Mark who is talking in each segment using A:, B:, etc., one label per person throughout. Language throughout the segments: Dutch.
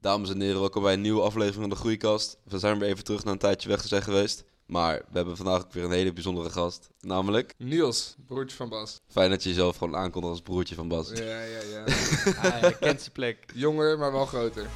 A: Dames en heren, welkom bij een nieuwe aflevering van de Groeikast. We zijn weer even terug na een tijdje weg te zijn geweest. Maar we hebben vandaag ook weer een hele bijzondere gast. Namelijk,
B: Niels, broertje van Bas.
A: fijn dat je jezelf gewoon aankondigt als broertje van Bas.
B: Ja, ja, ja.
C: Hij kent zijn plek.
B: Jonger, maar wel groter.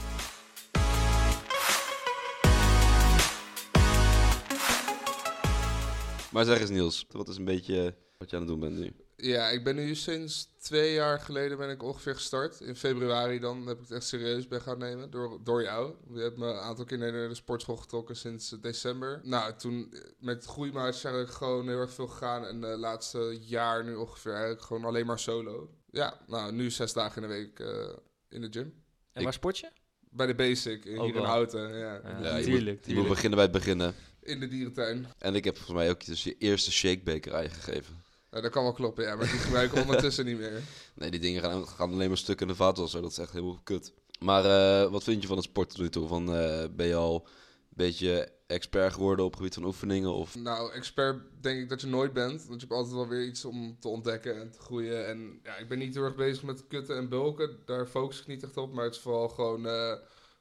A: Maar zeg eens Niels, wat is een beetje wat je aan het doen bent nu?
B: Ja, ik ben nu sinds twee jaar geleden ben ik ongeveer gestart. In februari dan heb ik het echt serieus ben gaan nemen door, door jou. Je hebt me een aantal keer naar de sportschool getrokken sinds eh, december. Nou, toen eh, met groeimaatjes eigenlijk gewoon heel erg veel gegaan. En de laatste jaar nu ongeveer eigenlijk gewoon alleen maar solo. Ja, nou nu zes dagen in de week eh, in de gym.
C: En waar sport je? Eh,
B: Bij de basic, in,
C: Ook
B: hier in
C: wel.
B: Houten. Ja.
C: Ja,
A: je moet-
C: tuurlijk,
A: Je moet
C: tuurlijk.
A: beginnen bij het beginnen.
B: In de dierentuin.
A: En ik heb volgens mij ook dus je eerste shakebakerij gegeven.
B: Nou, dat kan wel kloppen, ja, maar die gebruik ik ondertussen niet meer.
A: Nee, die dingen gaan, gaan alleen maar stuk in de vaatwasser. Dat is echt heel kut. Maar eh, wat vind je van het sport tot nu toe? Van, eh, ben je al een beetje expert geworden op het gebied van oefeningen? Of
B: Nou, expert denk ik dat je nooit bent. Want je hebt altijd wel weer iets om te ontdekken en te groeien. En ja, ik ben niet heel erg bezig met kutten en bulken. Daar focus ik niet echt op. Maar het is vooral gewoon eh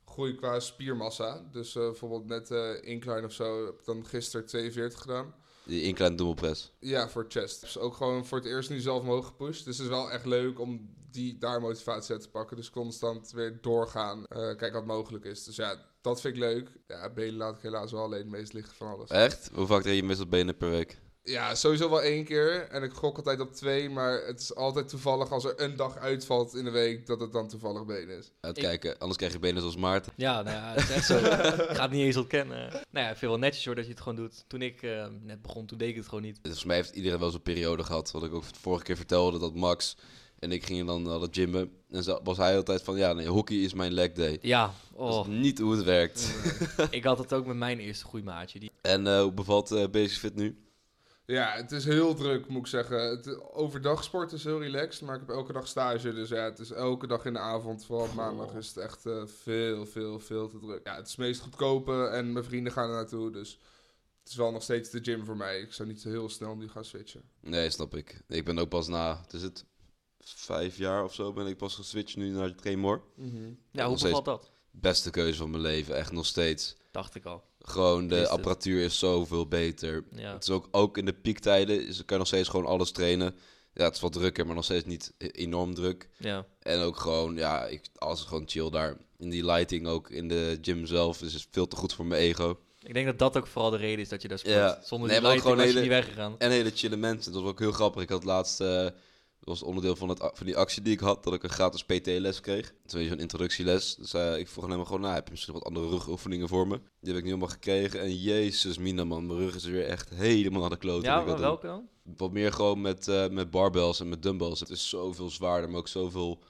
B: groei qua spiermassa. Dus eh, bijvoorbeeld net eh incline of zo heb ik dan gisteren 42 gedaan.
A: die incline dumbbellpress?
B: Ja, voor chest. Dus ook gewoon voor het eerst nu zelf omhoog gepusht. Dus het is wel echt leuk om die, daar motivatie uit te pakken. Dus constant weer doorgaan. eh, kijken wat mogelijk is. Dus ja, dat vind ik leuk. Ja, benen laat ik helaas wel alleen het meest liggen van alles.
A: Echt? Hoe vaak train je meestal benen per week?
B: Ja, sowieso wel één keer. En ik gok altijd op twee. Maar het is altijd toevallig als er een dag uitvalt in de week, dat het dan toevallig been is.
A: Uitkijken, anders krijg je benen zoals Maarten.
C: Ja, nou ja, het is echt zo. ik ga het niet eens ontkennen. Nou ja, ik vind wel netjes hoor dat je het gewoon doet. Toen ik eh, net begon, toen deed ik het gewoon niet.
A: Dus Volgens mij heeft iedereen wel zo'n periode gehad. Wat ik ook de vorige keer vertelde, dat Max en ik gingen dan naar het gymmen. En zo- was hij altijd van, ja nee, hockey is mijn leg day.
C: Ja,
A: Dat
C: oh,
A: is niet hoe het werkt.
C: ik had het ook met mijn eerste groeimaatje. Die...
A: En eh, hoe bevalt eh Basic Fit nu?
B: Ja, het is heel druk, moet ik zeggen. Het, overdag sport is heel relaxed, maar ik heb elke dag stage. Dus ja, het is elke dag in de avond. Vooral op
C: Goh.
B: maandag is het echt eh, veel, veel, veel te druk. Ja, het is het meest goedkope en mijn vrienden gaan er naartoe. Dus het is wel nog steeds de gym voor mij. Ik zou niet zo heel snel nu gaan switchen.
A: Nee, snap ik. Ik ben ook pas na, het is het vijf jaar of zo, ben ik pas geswitcht nu naar Trainmore.
C: Ja, hoe
A: Nog steeds.
C: bevalt dat?
A: Beste keuze van mijn leven, echt nog steeds.
C: Dacht ik al.
A: Gewoon,
C: Is
A: de
C: het?
A: apparatuur is zoveel beter.
C: Ja.
A: Het is ook, ook in de piektijden, is, kan je nog steeds gewoon alles trainen. Ja, het is wat drukker, maar nog steeds niet e- enorm druk.
C: ja.
A: En ook gewoon, ja, ik, alles is gewoon chill daar. In die lighting ook, in de gym zelf, dus het is veel te goed voor mijn ego.
C: Ik denk dat dat ook vooral de reden is dat je daar sport.
A: Ja.
C: Zonder
A: Nee,
C: die
A: maar ook
C: lighting
A: gewoon
C: was je
A: hele-
C: niet weggegaan.
A: En hele chille mensen, dat was ook heel grappig. Ik had laatst, eh, dat was onderdeel van, het, a- van die actie die ik had, dat ik een gratis PT-les kreeg. Toen je zo'n introductieles, dus eh, ik vroeg aan hem gewoon, nou, heb je misschien wat andere rugoefeningen voor me? Die heb ik nu allemaal gekregen en jezus mina man, mijn rug is weer echt helemaal aan de klote.
C: Ja, maar welke dan?
A: Wat meer gewoon met, eh, met barbells en met dumbbells. Het is zoveel zwaarder, maar ook zoveel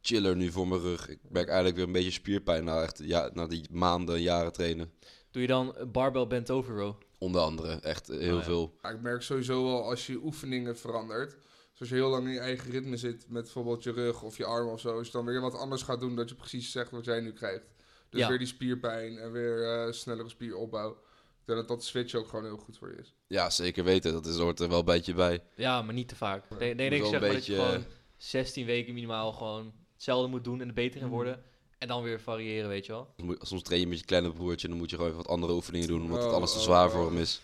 A: chiller nu voor mijn rug. Ik merk eigenlijk weer een beetje spierpijn na, echt, ja, na die maanden, jaren trainen.
C: Doe je dan barbell bent over row?
A: Onder andere, echt eh, heel
C: Oh ja.
A: veel.
B: Ja, ik merk sowieso wel als je oefeningen verandert. Dus als je heel lang in je eigen ritme zit met bijvoorbeeld je rug of je arm of zo. Als je dan weer wat anders gaat doen, dat je precies zegt wat jij nu krijgt. Dus
C: Ja.
B: weer die spierpijn en weer eh, snellere spieropbouw. Ik denk dat dat switch ook gewoon heel goed voor je is.
A: Ja, zeker weten. Dat is, hoort er wel een beetje bij.
C: Ja, maar niet te vaak. Nee, nee,
A: Moet
C: nee, ik
A: wel
C: zeg
A: een
C: maar dat je
A: beetje- eh,
C: gewoon 16 weken minimaal gewoon hetzelfde moet doen en er beter in
A: Mm.
C: worden. En dan weer variëren, weet je wel.
A: Moet- Soms train je met je kleine broertje en dan moet je gewoon even wat andere oefeningen doen. Omdat het
B: Oh,
A: alles te
B: oh,
A: zwaar
B: oh.
A: voor hem is.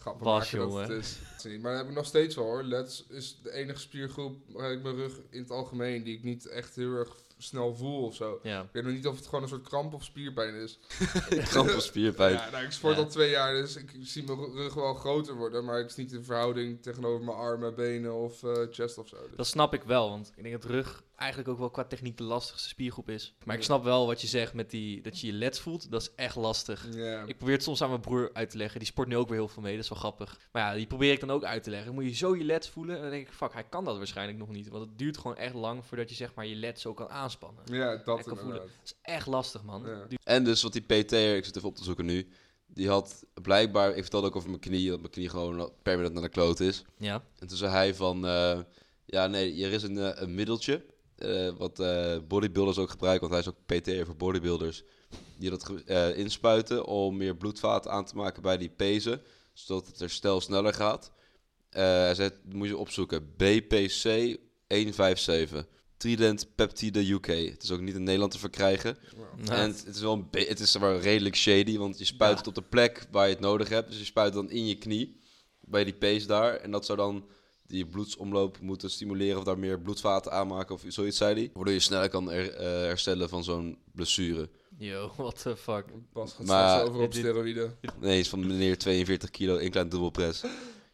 B: Grappig
C: Bas,
B: maken dat
C: jongen.
B: het is. Dat is niet- Maar dat heb ik nog steeds wel hoor. Lets is de enige spiergroep waar ik mijn rug in het algemeen die ik niet echt heel erg snel voel of zo.
C: Ja.
B: Ik weet nog niet of het gewoon een soort kramp of spierpijn is.
A: Kramp of spierpijn.
B: Ja, nou, ik sport
C: Ja.
B: al twee jaar, dus ik zie mijn ru- rug wel groter worden. Maar het is niet in verhouding tegenover mijn armen, benen of eh, chest of zo. Dus-
C: Dat snap ik wel, want ik denk dat rug eigenlijk ook wel qua techniek de lastigste spiergroep is. Maar ik snap wel wat je zegt met die, dat je je lets voelt. Dat is echt lastig.
B: Ja.
C: Ik probeer het soms aan mijn broer uit te leggen. Die sport nu ook weer heel veel mee, dat is wel grappig. Maar ja, die probeer ik dan ook uit te leggen. Dan moet je zo je lets voelen. En dan denk ik, fuck, hij kan dat waarschijnlijk nog niet. Want het duurt gewoon echt lang voordat je zeg maar je lets zo kan aanspannen.
B: ja, dat
C: Lekker voelen.
B: inderdaad.
C: Dat is echt lastig, man.
B: Ja.
C: Duurt-
A: En dus wat die PT'er, ik zit even op te zoeken nu. Die had blijkbaar, ik vertelde ook over mijn knie, dat mijn knie gewoon permanent naar de kloot is.
C: Ja.
A: En toen zei hij van, eh, ja nee, er is een, eh, een middeltje, eh, wat eh, bodybuilders ook gebruiken, want hij is ook PT'er voor bodybuilders, die dat ge- eh, inspuiten om meer bloedvaten aan te maken bij die pezen, zodat het herstel sneller gaat. Eh, hij zei, moet je opzoeken, BPC 157. Trident Peptide UK. Het is ook niet in Nederland te verkrijgen. En
C: Nou,
A: het het is wel een be- het is wel redelijk shady, want je spuit
C: Ja.
A: het op de plek waar je het nodig hebt. Dus je spuit dan in je knie, bij die pees daar. En dat zou dan die bloedsomloop moeten stimuleren of daar meer bloedvaten aanmaken of zoiets, zei hij. Waardoor je sneller kan her- eh, herstellen van zo'n blessure.
C: Yo, what the fuck.
B: Bas gaat
A: Maar-
B: straks over op
C: Dit-
B: steroïden.
A: Nee, is van meneer 42 kilo, één klein dubbelpres.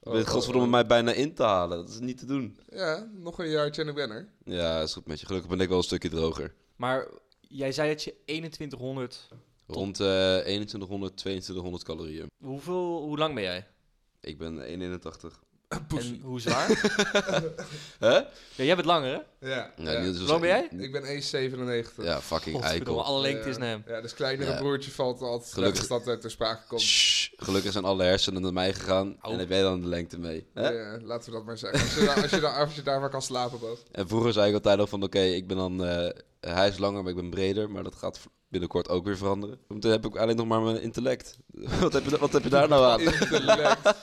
A: Je
B: Oh,
A: weet
B: oh,
A: godverdomme
B: oh.
A: mij bijna in te halen. Dat is niet te doen.
B: Ja, nog een jaar Jenny Brenner.
A: Ja, is goed met je. Gelukkig ben ik wel een stukje droger.
C: Maar jij zei dat je 2100...
A: Rond eh 2100, 2200 calorieën.
C: Hoeveel, hoe lang ben jij?
A: Ik ben 181.
C: En hoe zwaar?
A: Hè?
C: ja, jij bent langer, hè?
B: Ja.
A: Ja,
B: ja.
A: Niels is-
C: Hoe lang ben jij?
B: Ik ben 1,97.
A: Ja, fucking
C: Godverdomme,
A: eikel.
C: alle
B: Ja,
C: lengte is
B: ja.
C: naar hem.
B: Ja, dus kleinere
A: Ja.
B: broertje valt altijd
A: Gelukkig-
B: Gelukkig. als dat er ter sprake komt.
A: Shh, gelukkig zijn alle hersenen naar mij gegaan.
C: Au.
A: En heb jij dan de lengte mee. Hè?
B: Ja, laten we dat maar zeggen. Als je, daar, als, je daar, als je daar maar kan slapen, Bas.
A: En vroeger zei ik altijd al van, oké, ik ben dan... eh, hij is langer, maar ik ben breder. Maar dat gaat v- binnenkort ook weer veranderen. Want dan heb ik alleen nog maar mijn intellect. wat, heb je, wat heb je daar nou aan?
B: Intellect.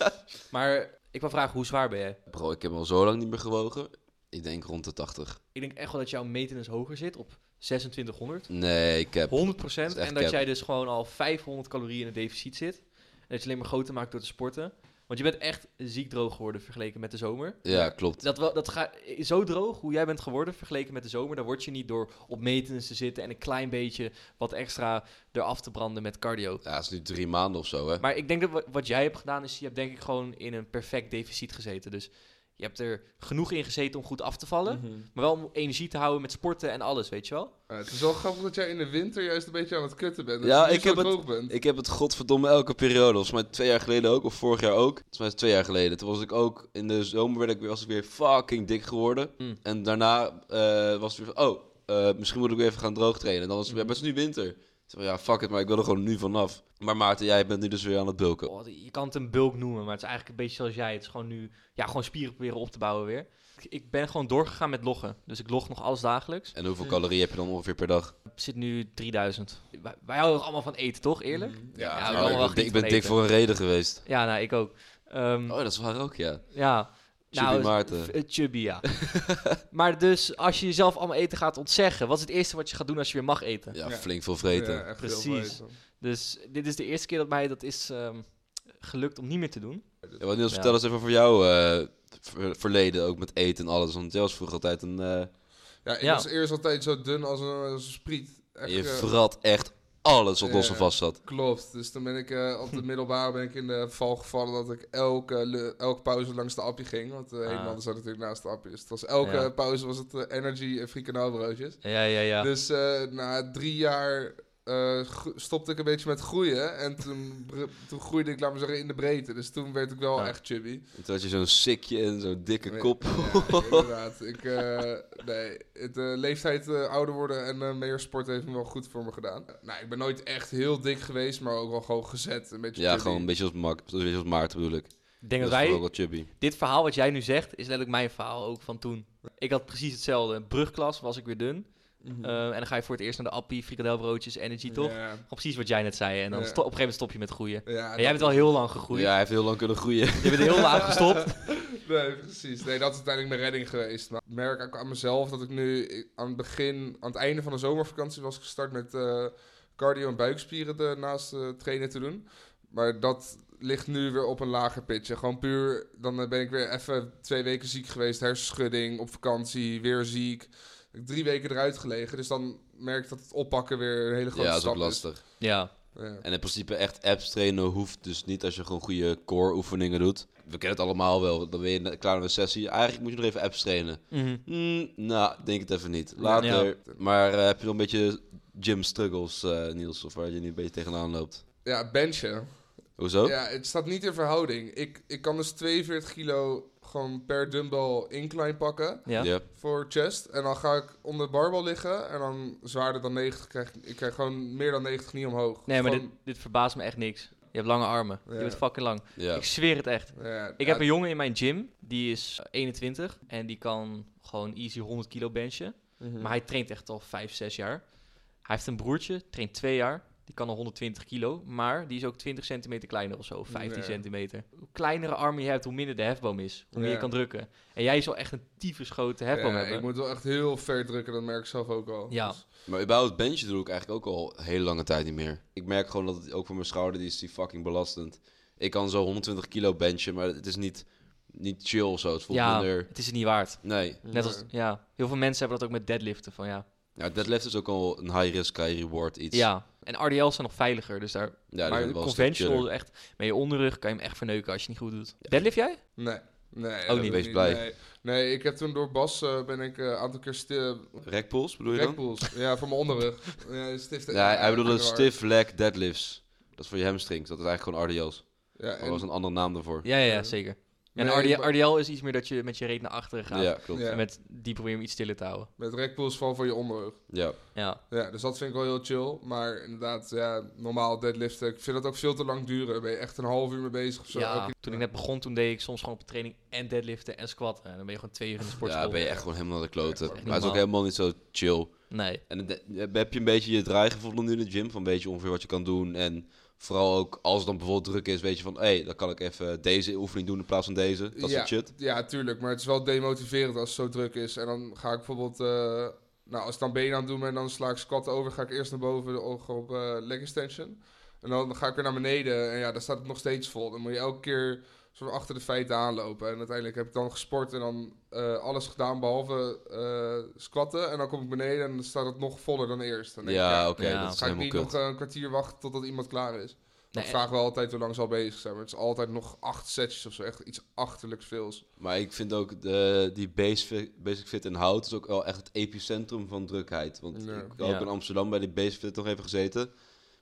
C: Maar ik wil vragen, hoe zwaar ben jij?
A: Bro, ik heb al zo lang niet meer gewogen. Ik denk rond de 80.
C: Ik denk echt wel dat jouw meters hoger zit op 2600. 100%
A: Nee, ik heb... is echt
C: en dat
A: cap.
C: jij dus gewoon al 500 calorieën in het deficit zit. En dat je alleen maar groter maakt door te sporten. Want je bent echt ziek droog geworden vergeleken met de zomer.
A: Ja, klopt.
C: Dat, wel, dat gaat zo droog hoe jij bent geworden vergeleken met de zomer. Daar word je niet door op meters te zitten en een klein beetje wat extra eraf te branden met cardio.
A: Ja, het is nu drie maanden of zo, hè?
C: Maar ik denk dat wa- wat jij hebt gedaan is, je hebt denk ik gewoon in een perfect deficit gezeten. Dus je hebt er genoeg in gezeten om goed af te vallen.
B: Mhm.
C: Maar wel om energie te houden met sporten en alles, weet je wel?
B: Eh, het is wel grappig dat jij in de winter juist een beetje aan het kutten bent. Dat
A: Ja,
B: je niet
A: ik
B: zo
A: heb het-
B: droog bent.
A: Ik heb het godverdomme elke periode. Volgens mij twee jaar geleden ook, of vorig jaar ook. Volgens mij is het twee jaar geleden. Toen was ik ook, in de zomer werd ik weer, was ik weer fucking dik geworden.
C: Mm.
A: En daarna eh, was het weer van, oh, eh, misschien moet ik weer even gaan droog trainen. En dan was het,
C: Mm.
A: ja, maar het is nu winter. Ik zei van, ja, fuck it, maar ik wil er gewoon nu vanaf. Maar Maarten, jij bent nu dus weer aan het bulken.
C: Oh, je kan het een bulk noemen, maar het is eigenlijk een beetje zoals jij. Het is gewoon nu, ja, gewoon spieren proberen op te bouwen weer. Ik- Ik ben gewoon doorgegaan met loggen. Dus ik log nog alles dagelijks.
A: En hoeveel calorieën heb je dan ongeveer per dag?
C: Ik zit nu 3000. Wij, wij houden allemaal van eten, toch? Eerlijk?
B: Mm.
C: Ja,
A: Nou,
C: we allemaal wel
A: ik ben,
C: genieten
A: ik ben
C: van
A: dik
C: eten.
A: voor een reden geweest.
C: Ja, nou, ik ook. Ehm,
A: Oh, dat is waar ook, ja.
C: Ja.
A: Chubby
C: nou,
A: Maarten.
C: v- eh, Chubby, ja. maar dus, als je jezelf allemaal eten gaat ontzeggen, wat is het eerste wat je gaat doen als je weer mag eten?
A: Ja,
B: Ja.
A: flink veel vreten.
B: Ja, echt heel
C: Precies.
B: mooi.
C: Dus dit is de eerste keer dat mij dat is ehm, gelukt om niet meer te doen.
A: Ja, wat Niels,
C: Ja.
A: vertel eens even over jouw eh, ver- verleden, ook met eten en alles. Want jij was vroeger altijd een... eh,
B: Ja, ik
C: Ja.
B: was eerst altijd zo dun als een, als een spriet. Echt,
A: je
B: eh,
A: vrat echt alles wat los en
B: Ja.
A: vast zat.
B: Klopt. Dus toen ben ik eh, op de middelbare ben ik in de val gevallen dat ik elke, le- elke pauze langs de appie ging. Want de
C: Ah.
B: hele man zat natuurlijk naast de appie. Dus het was elke
C: Ja.
B: pauze was het eh, energy en frikandelbroodjes.
C: Ja, ja, ja.
B: Dus eh, na drie jaar eh, gro- stopte ik een beetje met groeien. En toen, br- toen groeide ik, laat maar zeggen, in de breedte. Dus toen werd ik wel
C: Ah.
B: echt chubby.
A: En Toen had je zo'n sikje en zo'n dikke
B: Nee,
A: kop.
B: Ja, inderdaad. Ik, eh, nee, het, eh, leeftijd eh, ouder worden en eh, meer sport heeft me wel goed voor me gedaan. nou, ik ben nooit echt heel dik geweest, maar ook wel gewoon gezet. Een beetje
A: Ja,
B: chubby.
A: gewoon een beetje als, Mark, een beetje als Maarten bedoel ik.
C: ik denk
A: dat
C: dat
A: is vooral
C: wij,
A: wel chubby.
C: dit verhaal wat jij nu zegt, is letterlijk mijn verhaal ook van toen. Ik had precies hetzelfde. Brugklas was ik weer dun. Eh, en dan ga je voor het eerst naar de appie, frikadelbroodjes, energy, toch?
B: Mhm. Ja,
C: Gewoon Precies wat jij net zei. En dan
B: Ja.
C: sto- op een gegeven moment stop je met groeien.
B: ja
C: En jij bent al heel lang gegroeid.
A: Ja, hij heeft heel lang kunnen groeien.
C: Je bent heel laag gestopt.
B: Nee, precies. Nee, dat is uiteindelijk mijn redding geweest. Maar ik merk ook aan mezelf dat ik nu ik- aan het begin, aan het einde van de zomervakantie was gestart met eh, cardio en buikspieren ernaast eh, trainen te doen. Maar dat ligt nu weer op een lager pitje. Gewoon puur, dan eh, ben ik weer even twee weken ziek geweest, hersenschudding, op vakantie, weer ziek. Ik heb Drie weken eruit gelegen, dus dan merk ik dat het oppakken weer een hele
A: Ja,
B: grote
A: dat is
B: stap
A: ook
B: is.
A: lastig.
C: Ja.
B: Ja.
A: En in principe echt apps trainen hoeft dus niet als je gewoon goede core oefeningen doet. We kennen het allemaal wel. Dan ben je net klaar met een sessie. Eigenlijk moet je nog even apps trainen.
C: Mhm.
A: Hmm, nou, denk het even niet. Later.
B: Ja.
A: Maar eh, heb je nog een beetje gym struggles, eh, Niels? Of waar je nu een beetje tegenaan loopt?
B: ja, benchen.
C: Oh.
A: Hoezo?
B: Ja, het staat niet in verhouding. Ik, ik kan dus 42 kilo gewoon per dumbbell incline pakken
C: Ja.
A: Ja.
B: voor chest. En dan ga ik onder de barbell liggen en dan zwaarder dan 90 krijg ik, ik krijg gewoon meer dan 90 niet omhoog.
C: Nee, maar dit,
B: Gewoon-
C: dit verbaast me echt niks. Je hebt lange armen. Je
B: Ja.
C: bent fucking lang.
A: Ja.
C: Ik zweer het echt.
B: Ja,
C: Ik
B: ja,
C: heb een jongen in mijn gym, die is eh, 21 en die kan gewoon easy 100 kilo benchen.
B: mhm.
C: Maar hij traint echt al 5, 6 jaar. Hij heeft een broertje, traint 2 jaar. Die kan al 120 kilo, maar die is ook 20 centimeter kleiner of zo, of 15
B: Ja.
C: centimeter. Hoe kleinere arm je hebt, hoe minder de hefboom is, hoe meer je
B: Ja.
C: kan drukken. En jij zal echt een tyfusgrote hefboom
B: Ja,
C: hebben.
B: ik moet wel echt heel ver drukken, dat merk ik zelf ook al.
C: Ja.
B: Dus-
A: Maar überhaupt benchen doe ik eigenlijk ook al een hele lange tijd niet meer. Ik merk gewoon dat het ook voor mijn schouder, die is die fucking belastend. Ik kan zo 120 kilo benchen, maar het is niet, niet chill of zo. Het voelt
C: Ja,
A: minder...
C: het is het niet waard.
A: Nee.
C: Net als, ja, heel veel mensen hebben dat ook met deadliften, van ja.
A: Ja, deadlift is ook al een high risk, high reward iets.
C: Ja, en RDL's zijn nog veiliger, dus daar...
A: ja
C: maar
A: maar
C: conventional, echt, met je onderrug kan je hem echt verneuken als je het niet goed doet. Deadlift jij?
B: Nee. Nee, dat
C: Ook niet.
B: doe ik
A: Wees blij.
B: Nee. nee, ik heb toen door Bas eh, ben ik eh, een aantal keer sti-
A: Rekpools bedoel je dan?
B: Rekpools. Ja, voor mijn onderrug. ja, stifte.
A: Ja, hij bedoelde
B: Ja,
A: stiff leg deadlifts. Dat is voor je hamstrings. Dat is eigenlijk gewoon RDL's.
B: Ja,
A: Er
B: en-
A: was een andere naam daarvoor.
C: Ja, ja, ja, zeker. En
B: Nee,
C: RDL,
B: maar-
C: RDL is iets meer dat je met je reet naar achteren gaat.
A: Ja, klopt.
B: Ja.
A: Ja.
C: En met die probeer je hem iets stiller te houden.
B: Met rekpools vooral voor je onderrug.
C: Ja.
B: Ja, dus dat vind ik wel heel chill. Maar inderdaad, ja, normaal deadliften. Ik vind dat ook veel te lang duren. Daar ben je echt een half uur mee bezig of zo.
C: ja.
B: Elke-
C: Toen ik net begon, toen deed ik soms gewoon op training en deadliften en squatten. En dan ben je gewoon twee uur in de sportschool.
A: Ja, ben je echt gewoon helemaal naar de kloten.
B: Ja,
A: maar het
B: echt
A: is ook
C: normaal.
A: helemaal niet zo chill.
C: Nee.
A: En het- eh, heb je een beetje je draai gevonden nu in de gym? Van weet je ongeveer wat je kan doen? En vooral ook als het dan bijvoorbeeld druk is, weet je van... Hé, hey, dan kan ik even deze oefening doen in plaats van deze. Dat
B: ja,
A: soort shit.
B: Ja, tuurlijk. Maar het is wel demotiverend als het zo druk is. En dan ga ik bijvoorbeeld... eh, nou, als ik dan benen aan het doen ben en dan sla ik squat over... ga ik eerst naar boven op, op eh, leg extension. En dan ga ik weer naar beneden. En ja, daar staat het nog steeds vol. Dan moet je elke keer soort van achter de feiten aanlopen. En uiteindelijk heb ik dan gesport en dan eh, alles gedaan behalve eh, squatten. En dan kom ik beneden en dan staat het nog voller dan eerst. Dan denk ik,
A: Ja, oké,
C: Ja.
A: dat is
B: Ga ik
A: helemaal
B: niet
A: kut.
B: nog eh, een kwartier wachten totdat iemand klaar is? Dan
C: Nee,
B: vragen we altijd hoe lang ze al bezig zijn. Maar het is altijd nog acht setjes of zo. Echt iets achterlijks veels.
A: Maar ik vind ook de, die base fi- Basic Fit in Hout is ook wel echt het epicentrum van drukheid. Want
B: Ja.
A: ik had
C: Ja.
A: ook in Amsterdam bij die Basic Fit nog even gezeten.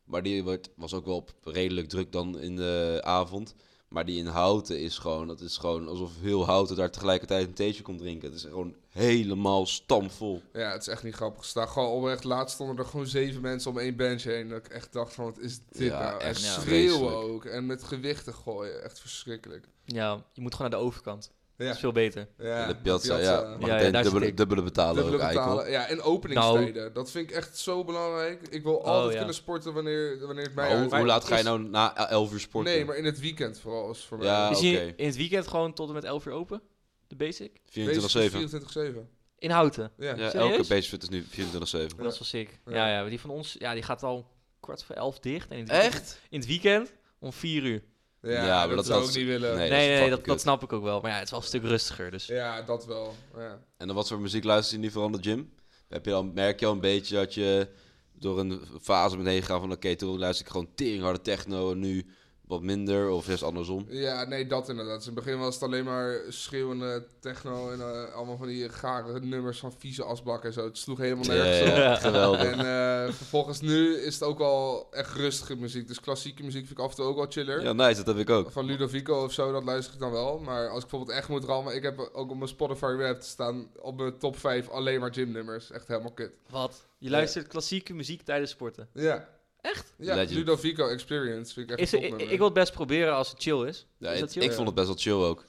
A: Maar die wordt, was ook wel op redelijk druk dan in de avond. Maar die in Houten is gewoon, dat is gewoon alsof heel Houten daar tegelijkertijd een theetje komt drinken. Het is gewoon helemaal stamvol.
B: Ja, het is echt niet grappig. Sta gewoon oprecht. Laatst stonden er gewoon zeven mensen om één bench heen. Dat ik echt dacht van, wat is dit
A: Ja,
B: nou? En
A: echt, ja.
B: schreeuwen
A: Vreselijk.
B: ook. En met gewichten gooien. Echt verschrikkelijk.
C: Ja, je moet gewoon naar de overkant. Dat
B: Ja,
C: is veel beter.
B: ja.
A: en de Piazza, ja. Maar
C: Ja, ja,
A: meteen
C: daar zit
A: dubbele,
C: ik.
A: dubbele betalen
B: Dubbele
A: ook eigenlijk.
B: betalen. Ja, en openingstijden. Dat vind ik echt zo belangrijk. Ik wil altijd
C: Nou. Oh, ja.
B: kunnen sporten wanneer, wanneer het mij
A: Maar hoe,
B: uitmaakt.
A: hoe laat ga je
B: Is-
A: nou na 11 uur sporten?
B: Nee, maar in het weekend vooral. Is voor mij.
A: Ja,
C: is
A: oké.
C: die in het weekend gewoon tot en met 11 uur open? De basic?
B: Bezig is
A: 24-7.
B: 24-7.
C: In Houten.
B: Ja.
A: Ja,
C: Serieus?
A: elke Basic Fit is nu 24-7.
C: Dat is wel sick. Ja.
B: Ja.
C: Ja, maar die van ons, ja, die gaat al kwart voor elf dicht. En in het weekend- In het weekend om 4 uur.
A: Ja,
B: Ja,
A: maar
B: dat,
A: dat-
B: zou
A: dat-
B: ik niet willen.
A: Nee,
C: Nee,
A: dat is
C: nee,
A: fucking
C: dat,
A: kut.
C: dat snap ik ook wel. Maar ja, het is wel een stuk rustiger. Dus
B: Ja, dat wel. Ja.
A: En dan wat voor muziek luister je nu vooral in de gym? Heb je dan, merk je al een beetje dat je door een fase bent heen gaat van... Oké, toen luister ik gewoon teringharde techno en nu wat minder of juist andersom.
B: ja, nee, dat inderdaad. Dus in het begin was het alleen maar schreeuwende techno en eh, allemaal van die gare nummers van vieze asbakken en zo. Het sloeg helemaal
A: Ja,
B: nergens
A: ja,
B: op.
A: ja, geweldig.
B: En eh, vervolgens nu is het ook al echt rustige muziek. Dus klassieke muziek vind ik af en toe ook wel chiller.
A: Ja, nice, dat heb ik ook.
B: Van Ludovico of zo, dat luister ik dan wel. Maar als ik bijvoorbeeld echt moet rammen... Ik heb ook op mijn Spotify rap staan op mijn top 5 alleen maar gymnummers. Echt helemaal kut.
C: wat? Je luistert klassieke muziek tijdens sporten.
B: Ja. Echt? Ja,
A: Legend.
B: Ludovico Experience vind ik echt
C: Is,
B: een
C: ik,
B: topnummer.
C: ik wil het best proberen als het chill is.
A: Ja,
C: is
A: ik,
C: dat chill?
A: ik vond het best wel chill ook.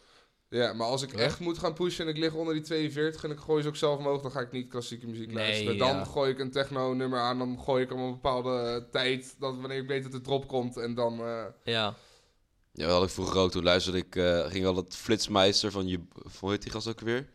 B: Ja, maar als ik
C: Ja.
B: echt moet gaan pushen en ik lig onder die 42 en ik gooi ze ook zelf omhoog, dan ga ik niet klassieke muziek
C: Nee,
B: luisteren. Dan
C: ja.
B: gooi ik een techno-nummer aan, dan gooi ik hem op een bepaalde eh, tijd, dat wanneer ik weet dat de drop komt en dan... eh,
C: Ja.
A: Ja, dat had ik vroeger ook. Toen luisterde ik, eh, ging al het flitsmeister van je... Hoe heet die gast ook weer?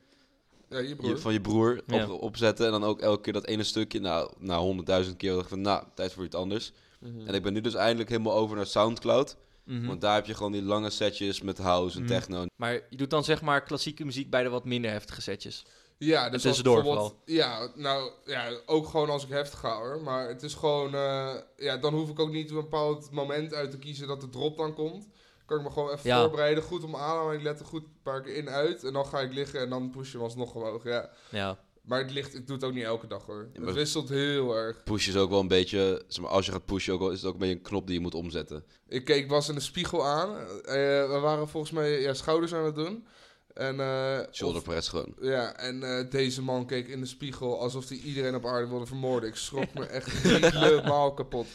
B: ja, je broer.
A: Je, van je broer
C: Ja.
A: op, opzetten. En dan ook elke keer dat ene stukje. Nou, na honderdduizend keer dacht ik van... Nou, tijd voor iets anders.
B: Mhm.
A: En ik ben nu dus eindelijk helemaal over naar Soundcloud.
C: Mhm.
A: Want daar heb je gewoon die lange setjes met house en
C: Mhm.
A: techno.
C: Maar je doet dan zeg maar klassieke muziek bij de wat minder heftige setjes.
B: Ja, dus als ik
C: tussendoor
B: bijvoorbeeld- Ja, nou, ja, ook gewoon als ik heftig ga hoor. Maar het is gewoon, eh, ja, dan hoef ik ook niet een bepaald moment uit te kiezen dat de drop dan komt. Kan ik me gewoon even
C: Ja.
B: voorbereiden, goed om mijn ademhaling letten, goed een paar keer in, uit. En dan ga ik liggen en dan push je hem alsnog omhoog, ja.
C: Ja.
B: Maar het ligt, ik doe het ook niet elke dag hoor.
A: maar-
B: Het wisselt heel erg.
A: Push is ook wel een beetje... Zeg maar, als je gaat pushen, ook wel, is het ook een beetje een knop die je moet omzetten.
B: Ik keek was in de spiegel aan. Eh, we waren volgens mij ja, schouders aan het doen. En, eh,
A: Shoulder
B: of-
A: press gewoon.
B: ja, en eh, deze man keek in de spiegel alsof hij iedereen op aarde wilde vermoorden. Ik schrok me echt helemaal kapot.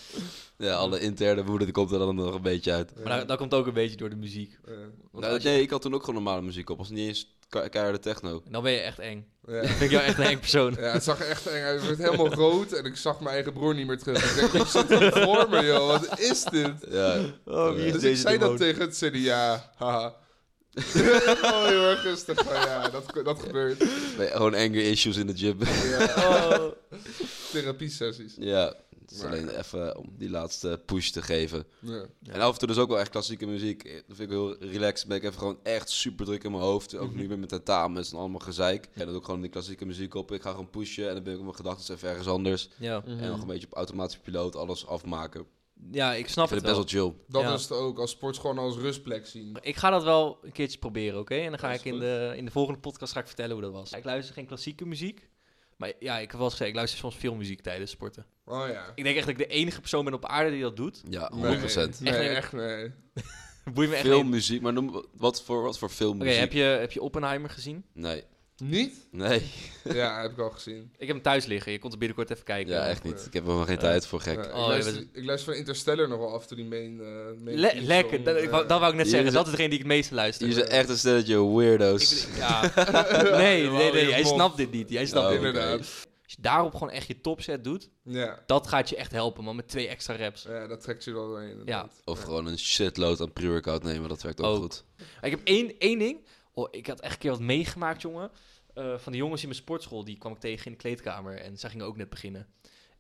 A: Ja, alle interne woede die komt er dan nog een beetje uit.
C: Maar dat, dat komt ook een beetje door de muziek.
B: Eh,
C: Want
A: Nou,
C: als je-
A: nee, ik had toen ook gewoon normale muziek op. Was niet eens ke- keiharde techno.
C: En dan ben je echt eng.
B: Ja.
C: Vind ik jou echt een eng persoon.
B: Ja, het zag er echt eng uit. Het werd helemaal rood en ik zag mijn eigen broer niet meer terug. Ik denk, wat zit er voor me, joh? Wat is dit?
A: Ja,
C: Oh, wie is
B: dus ik
C: deze
B: zei
C: demon?
B: dat tegen het CDA. Haha. oh, heel erg rustig. van, ja, dat, dat gebeurt.
A: nee, gewoon anger issues in de gym.
B: Ja,
C: Oh.
B: therapie-sessies.
A: ja, het is
B: Maar-
A: alleen even om die laatste push te geven.
B: Ja.
C: Ja.
A: En af en toe dus ook wel echt klassieke muziek. Dat vind ik heel relaxed. Ben ik even gewoon echt super druk in mijn hoofd.
C: Mhm.
A: Ook nu weer met tentamens en allemaal gezeik. En dan doe ik gewoon die klassieke muziek op. Ik ga gewoon pushen en dan ben ik met mijn gedachten even ergens anders.
C: Ja.
A: En nog een beetje op automatische piloot alles afmaken. Ik
C: ja, ik snap
A: vind
C: het
A: het best
C: wel.
A: wel chill.
B: Dat
C: Ja.
B: is het ook, als sport gewoon als rustplek zien.
C: Ik ga dat wel een keertje proberen, oké? En dan ga
B: Dat
C: ik
B: is
C: in
B: goed.
C: de, in de volgende podcast ga ik vertellen hoe dat was. Ik luister geen klassieke muziek. Maar ja, ik heb wel eens gezegd, ik luister soms veel muziek tijdens sporten.
B: Oh ja.
C: Ik denk echt dat ik de enige persoon ben op aarde die dat doet.
A: Ja, 100%.
B: Nee,
C: Echt
B: nee,
C: een-
B: echt nee.
C: Boeit me echt
A: Veel
C: niet.
A: muziek, maar noem, wat, voor, wat voor
C: Oké,
A: filmmuziek?
C: heb, je, heb je Oppenheimer gezien?
A: Nee,
B: Niet?
A: nee.
B: Ja, heb ik al gezien.
C: Ik heb hem thuis liggen. Je komt er binnenkort even kijken.
A: Ja, echt niet. Ik heb er nog geen tijd voor,
B: Ja,
A: gek.
B: ik,
C: Oh, je
B: luister,
C: bent-
B: ik luister van Interstellar nog wel af toen die main... eh main
C: Le-
B: theme
C: lekker.
B: song,
C: Dat, ik wou-
B: eh,
C: dat wou ik net
A: Je
C: zeggen.
A: bent-
C: Dat is degene die ik het meest luister.
A: Je Oh, zijn echt een stelletje weirdo's.
C: Ik vind- ja. nee, nee, nee.
B: je
C: Hij
B: mond.
C: snapt dit niet. Hij snapt
A: Oh,
C: dit
A: oké.
C: niet.
B: Inderdaad.
C: Als je daarop gewoon echt je topset doet,
B: Ja.
C: dat gaat je echt helpen, man. Met twee extra reps.
B: ja, dat trekt je wel doorheen. inderdaad.
A: Of gewoon een shitload aan pre-workout nemen, dat werkt ook,
C: Ook.
A: goed.
C: Ik heb één, één ding. Oh, ik had echt een keer wat meegemaakt, jongen. Eh, van de jongens in mijn sportschool, die kwam ik tegen in de kleedkamer. En zij gingen ook net beginnen.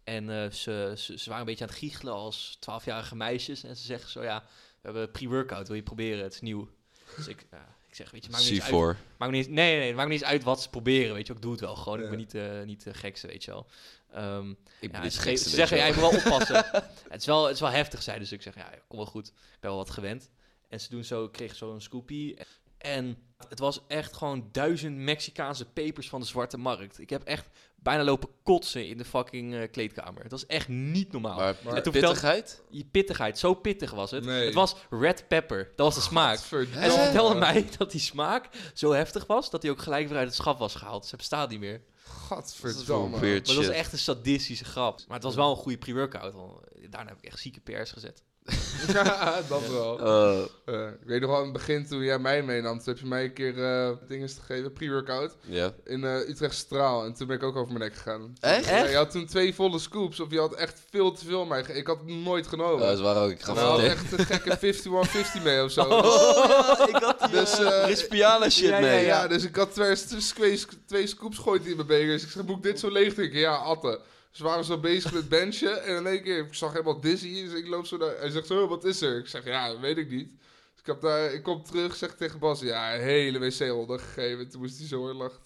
C: En eh, ze, ze, ze waren een beetje aan het giechelen als 12-jarige meisjes. En ze zeggen zo, ja, we hebben pre-workout, wil je proberen? Het is nieuw. Dus ik, ja, ik zeg, weet je, maakt me niet eens uit.
A: C4.
C: Maakt me niet, eens- nee, nee, nee, het maakt me niet eens uit wat ze proberen, weet je. wel. Ik doe het wel gewoon. Ik
B: Ja.
C: ben niet, eh niet de gekste, weet je wel. Ehm,
A: Ik ben
C: ja,
A: niet
C: ze,
A: de
C: ge-
A: gekste,
C: ze
A: weet
C: zeggen,
A: je
C: jij
A: wel.
C: moet wel oppassen. het, is wel, het is wel heftig, zei dus ik zeg, ja, kom wel goed. Ik ben wel wat gewend. En ze doen zo, ik kreeg zo'n scoopie. En het was echt gewoon duizend Mexicaanse pepers van de zwarte markt. Ik heb echt bijna lopen kotsen in de fucking eh, kleedkamer. Het was echt niet normaal.
A: Maar,
B: Maar-
A: de
C: toen
A: pittigheid?
C: Je pittigheid, zo pittig was het.
B: Nee.
C: Het was red pepper, dat was de smaak.
B: Godverdomme.
C: En
A: Eh.
C: ze vertelden mij dat die smaak zo heftig was... dat hij ook gelijk weer uit het schap was gehaald. Ze bestaat niet meer.
A: Dat is
B: Godverdamme.
A: wel weird.
C: Maar dat
A: Shit.
C: was echt een sadistische grap. Maar het was wel een goede pre-workout. want Daarna heb ik echt zieke pers gezet.
B: ja, dat wel.
A: Eh,
B: Eh, ik weet nog wel, aan het begin toen jij mij meenam, toen heb je mij een keer eh dingen gegeven, pre-workout,
A: ja.
B: in eh, Utrecht Straal. En toen ben ik ook over mijn nek gegaan.
A: Echt?
B: Ja, je had toen twee volle scoops, of je had echt veel te veel mij. ge- Ik had het nooit
A: Oh,
B: genomen.
A: dat is waar ook. Ik ga
B: Nou,
A: van
B: had
A: tegen.
B: echt een gekke 5150 mee of zo.
C: ik had die...
B: Dus, eh,
A: Rispiana Oh, shit
C: ja, ja,
A: mee.
B: Ja, dus ik had twee, twee, twee scoops gegooid in mijn bekers. Ik zeg, moet ik dit zo leeg drinken? Ja, atten. Ze waren zo bezig met benchen. En in één keer, ik zag helemaal dizzy. Dus ik loop zo naar... Hij zegt zo, "Oh, wat is er? Ik zeg, ja, weet ik niet. Dus ik, heb daar, ik kom terug, zeg tegen Bas, ja, een hele wc ondergegeven. Toen moest hij zo hard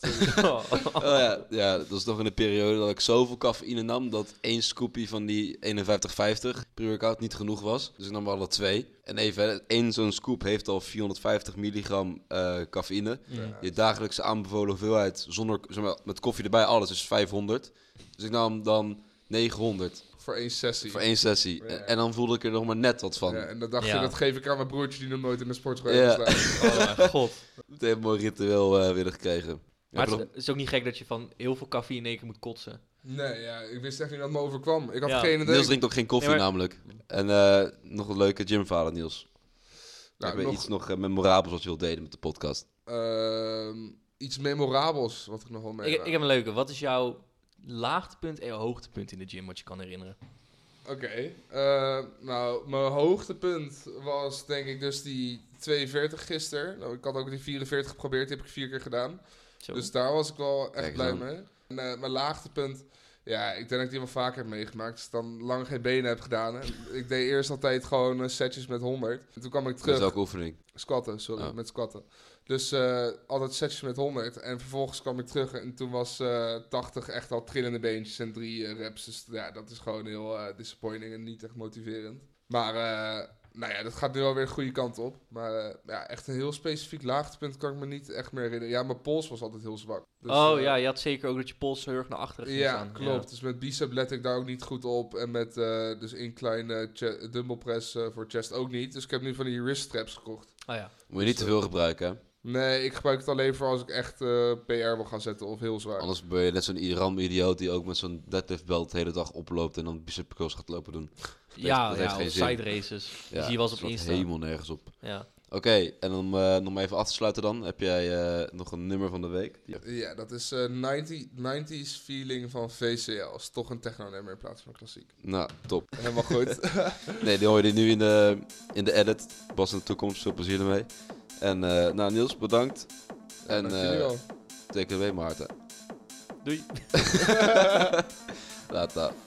B: lachen.
A: Oh, ja. ja, dat was nog in de periode dat ik zoveel cafeïne nam dat één scoopie van die 51,50 pre-workout niet genoeg was. Dus ik nam er alle twee. En even, hè, één zo'n scoop heeft al 450 milligram eh, cafeïne.
B: Ja.
A: Je dagelijkse aanbevolen hoeveelheid zonder, zeg maar, met koffie erbij, alles is 500. Dus ik nam dan 900
B: Voor één sessie.
A: voor één sessie.
B: Ja.
A: En, en dan voelde ik er nog maar net wat van.
B: Ja, en dan dacht je,
C: Ja.
B: dat geef ik aan mijn broertje die nog nooit in de sportschool
A: Ja.
B: heeft gestaan.
C: Oh mijn god.
A: Meteen een mooi ritueel eh, weer gekregen.
C: Maar
A: Heb je
C: het, het is ook niet gek dat je van heel veel cafeïne in één keer moet kotsen.
B: Nee, ja, ik wist echt niet wat me overkwam. Ik had
C: Ja.
B: geen
A: nog-
B: idee.
A: Niels drinkt ook geen koffie
C: Nee, maar-
A: namelijk. En eh, nog een leuke gymverhalen, Niels.
B: Nou,
A: Heb je
B: nog-
A: iets nog eh, memorabels wat je wilt delen met de podcast?
B: Ehm, iets memorabels, wat ik nog wel mee
C: Ik, ik heb een leuke. Wat is jouw laagtepunt en jouw hoogtepunt in de gym wat je kan herinneren?
B: Oké. eh, nou, mijn hoogtepunt was denk ik dus die 42 gisteren. Nou, ik had ook die 44 geprobeerd, die heb ik vier keer gedaan.
C: Zo.
B: Dus daar was ik wel echt
A: Kijk eens
B: blij
A: aan.
B: mee. En, eh, mijn laagtepunt, ja, ik denk dat ik die wel vaker heb meegemaakt. Dus dan lang geen benen heb gedaan. hè. ik deed eerst altijd gewoon eh, setjes met 100. En toen kwam ik
A: Dat
B: terug.
A: is ook oefening.
B: Squatten, sorry,
A: Oh.
B: met squatten. Dus eh, altijd setjes met 100. En vervolgens kwam ik terug en toen was eh 80 echt al trillende beentjes en drie eh, reps. Dus ja, dat is gewoon heel eh, disappointing en niet echt motiverend. Maar eh, nou ja, dat gaat nu wel weer de goede kant op. Maar eh, ja, echt een heel specifiek laagtepunt kan ik me niet echt meer herinneren. Ja, mijn pols was altijd heel zwak. Dus,
C: oh
B: eh,
C: ja, je had zeker ook dat je pols zo heel erg naar achteren ging
B: ja,
C: staan.
B: klopt. Dus met bicep let ik daar ook niet goed op. En met eh dus incline eh, che- dumbbell press eh, voor chest ook niet. Dus ik heb nu van die wrist straps gekocht.
C: Ja. Oh ja.
A: Moet je niet te veel gebruiken, hè?
B: Nee, ik gebruik het alleen voor als ik echt eh, PR wil gaan zetten of heel zwaar.
A: Anders ben je net zo'n Iran-idioot die ook met zo'n deadlift belt de hele dag oploopt en dan bicep curls gaat lopen doen.
C: Ja,
A: dat
C: ja,
A: heeft
C: of
A: geen zin.
C: side races. Die zie je wel eens op
A: slaat
C: Insta.
A: helemaal nergens op.
C: Ja.
A: Oké, en om eh, nog maar even af te sluiten dan, heb jij eh, nog een nummer van de week? Die-
B: Ja, dat is eh 90, 90s feeling van VCL. Is toch een techno-nummer in plaats van een klassiek.
A: Nou, top.
B: Helemaal goed.
A: Nee, die hoor je nu in de, in de edit. Pas in de toekomst, veel plezier ermee. En eh, nou, Niels, bedankt. En
B: Dank jullie
A: eh
B: wel.
A: TKW Maarten.
C: Doei.
A: Later.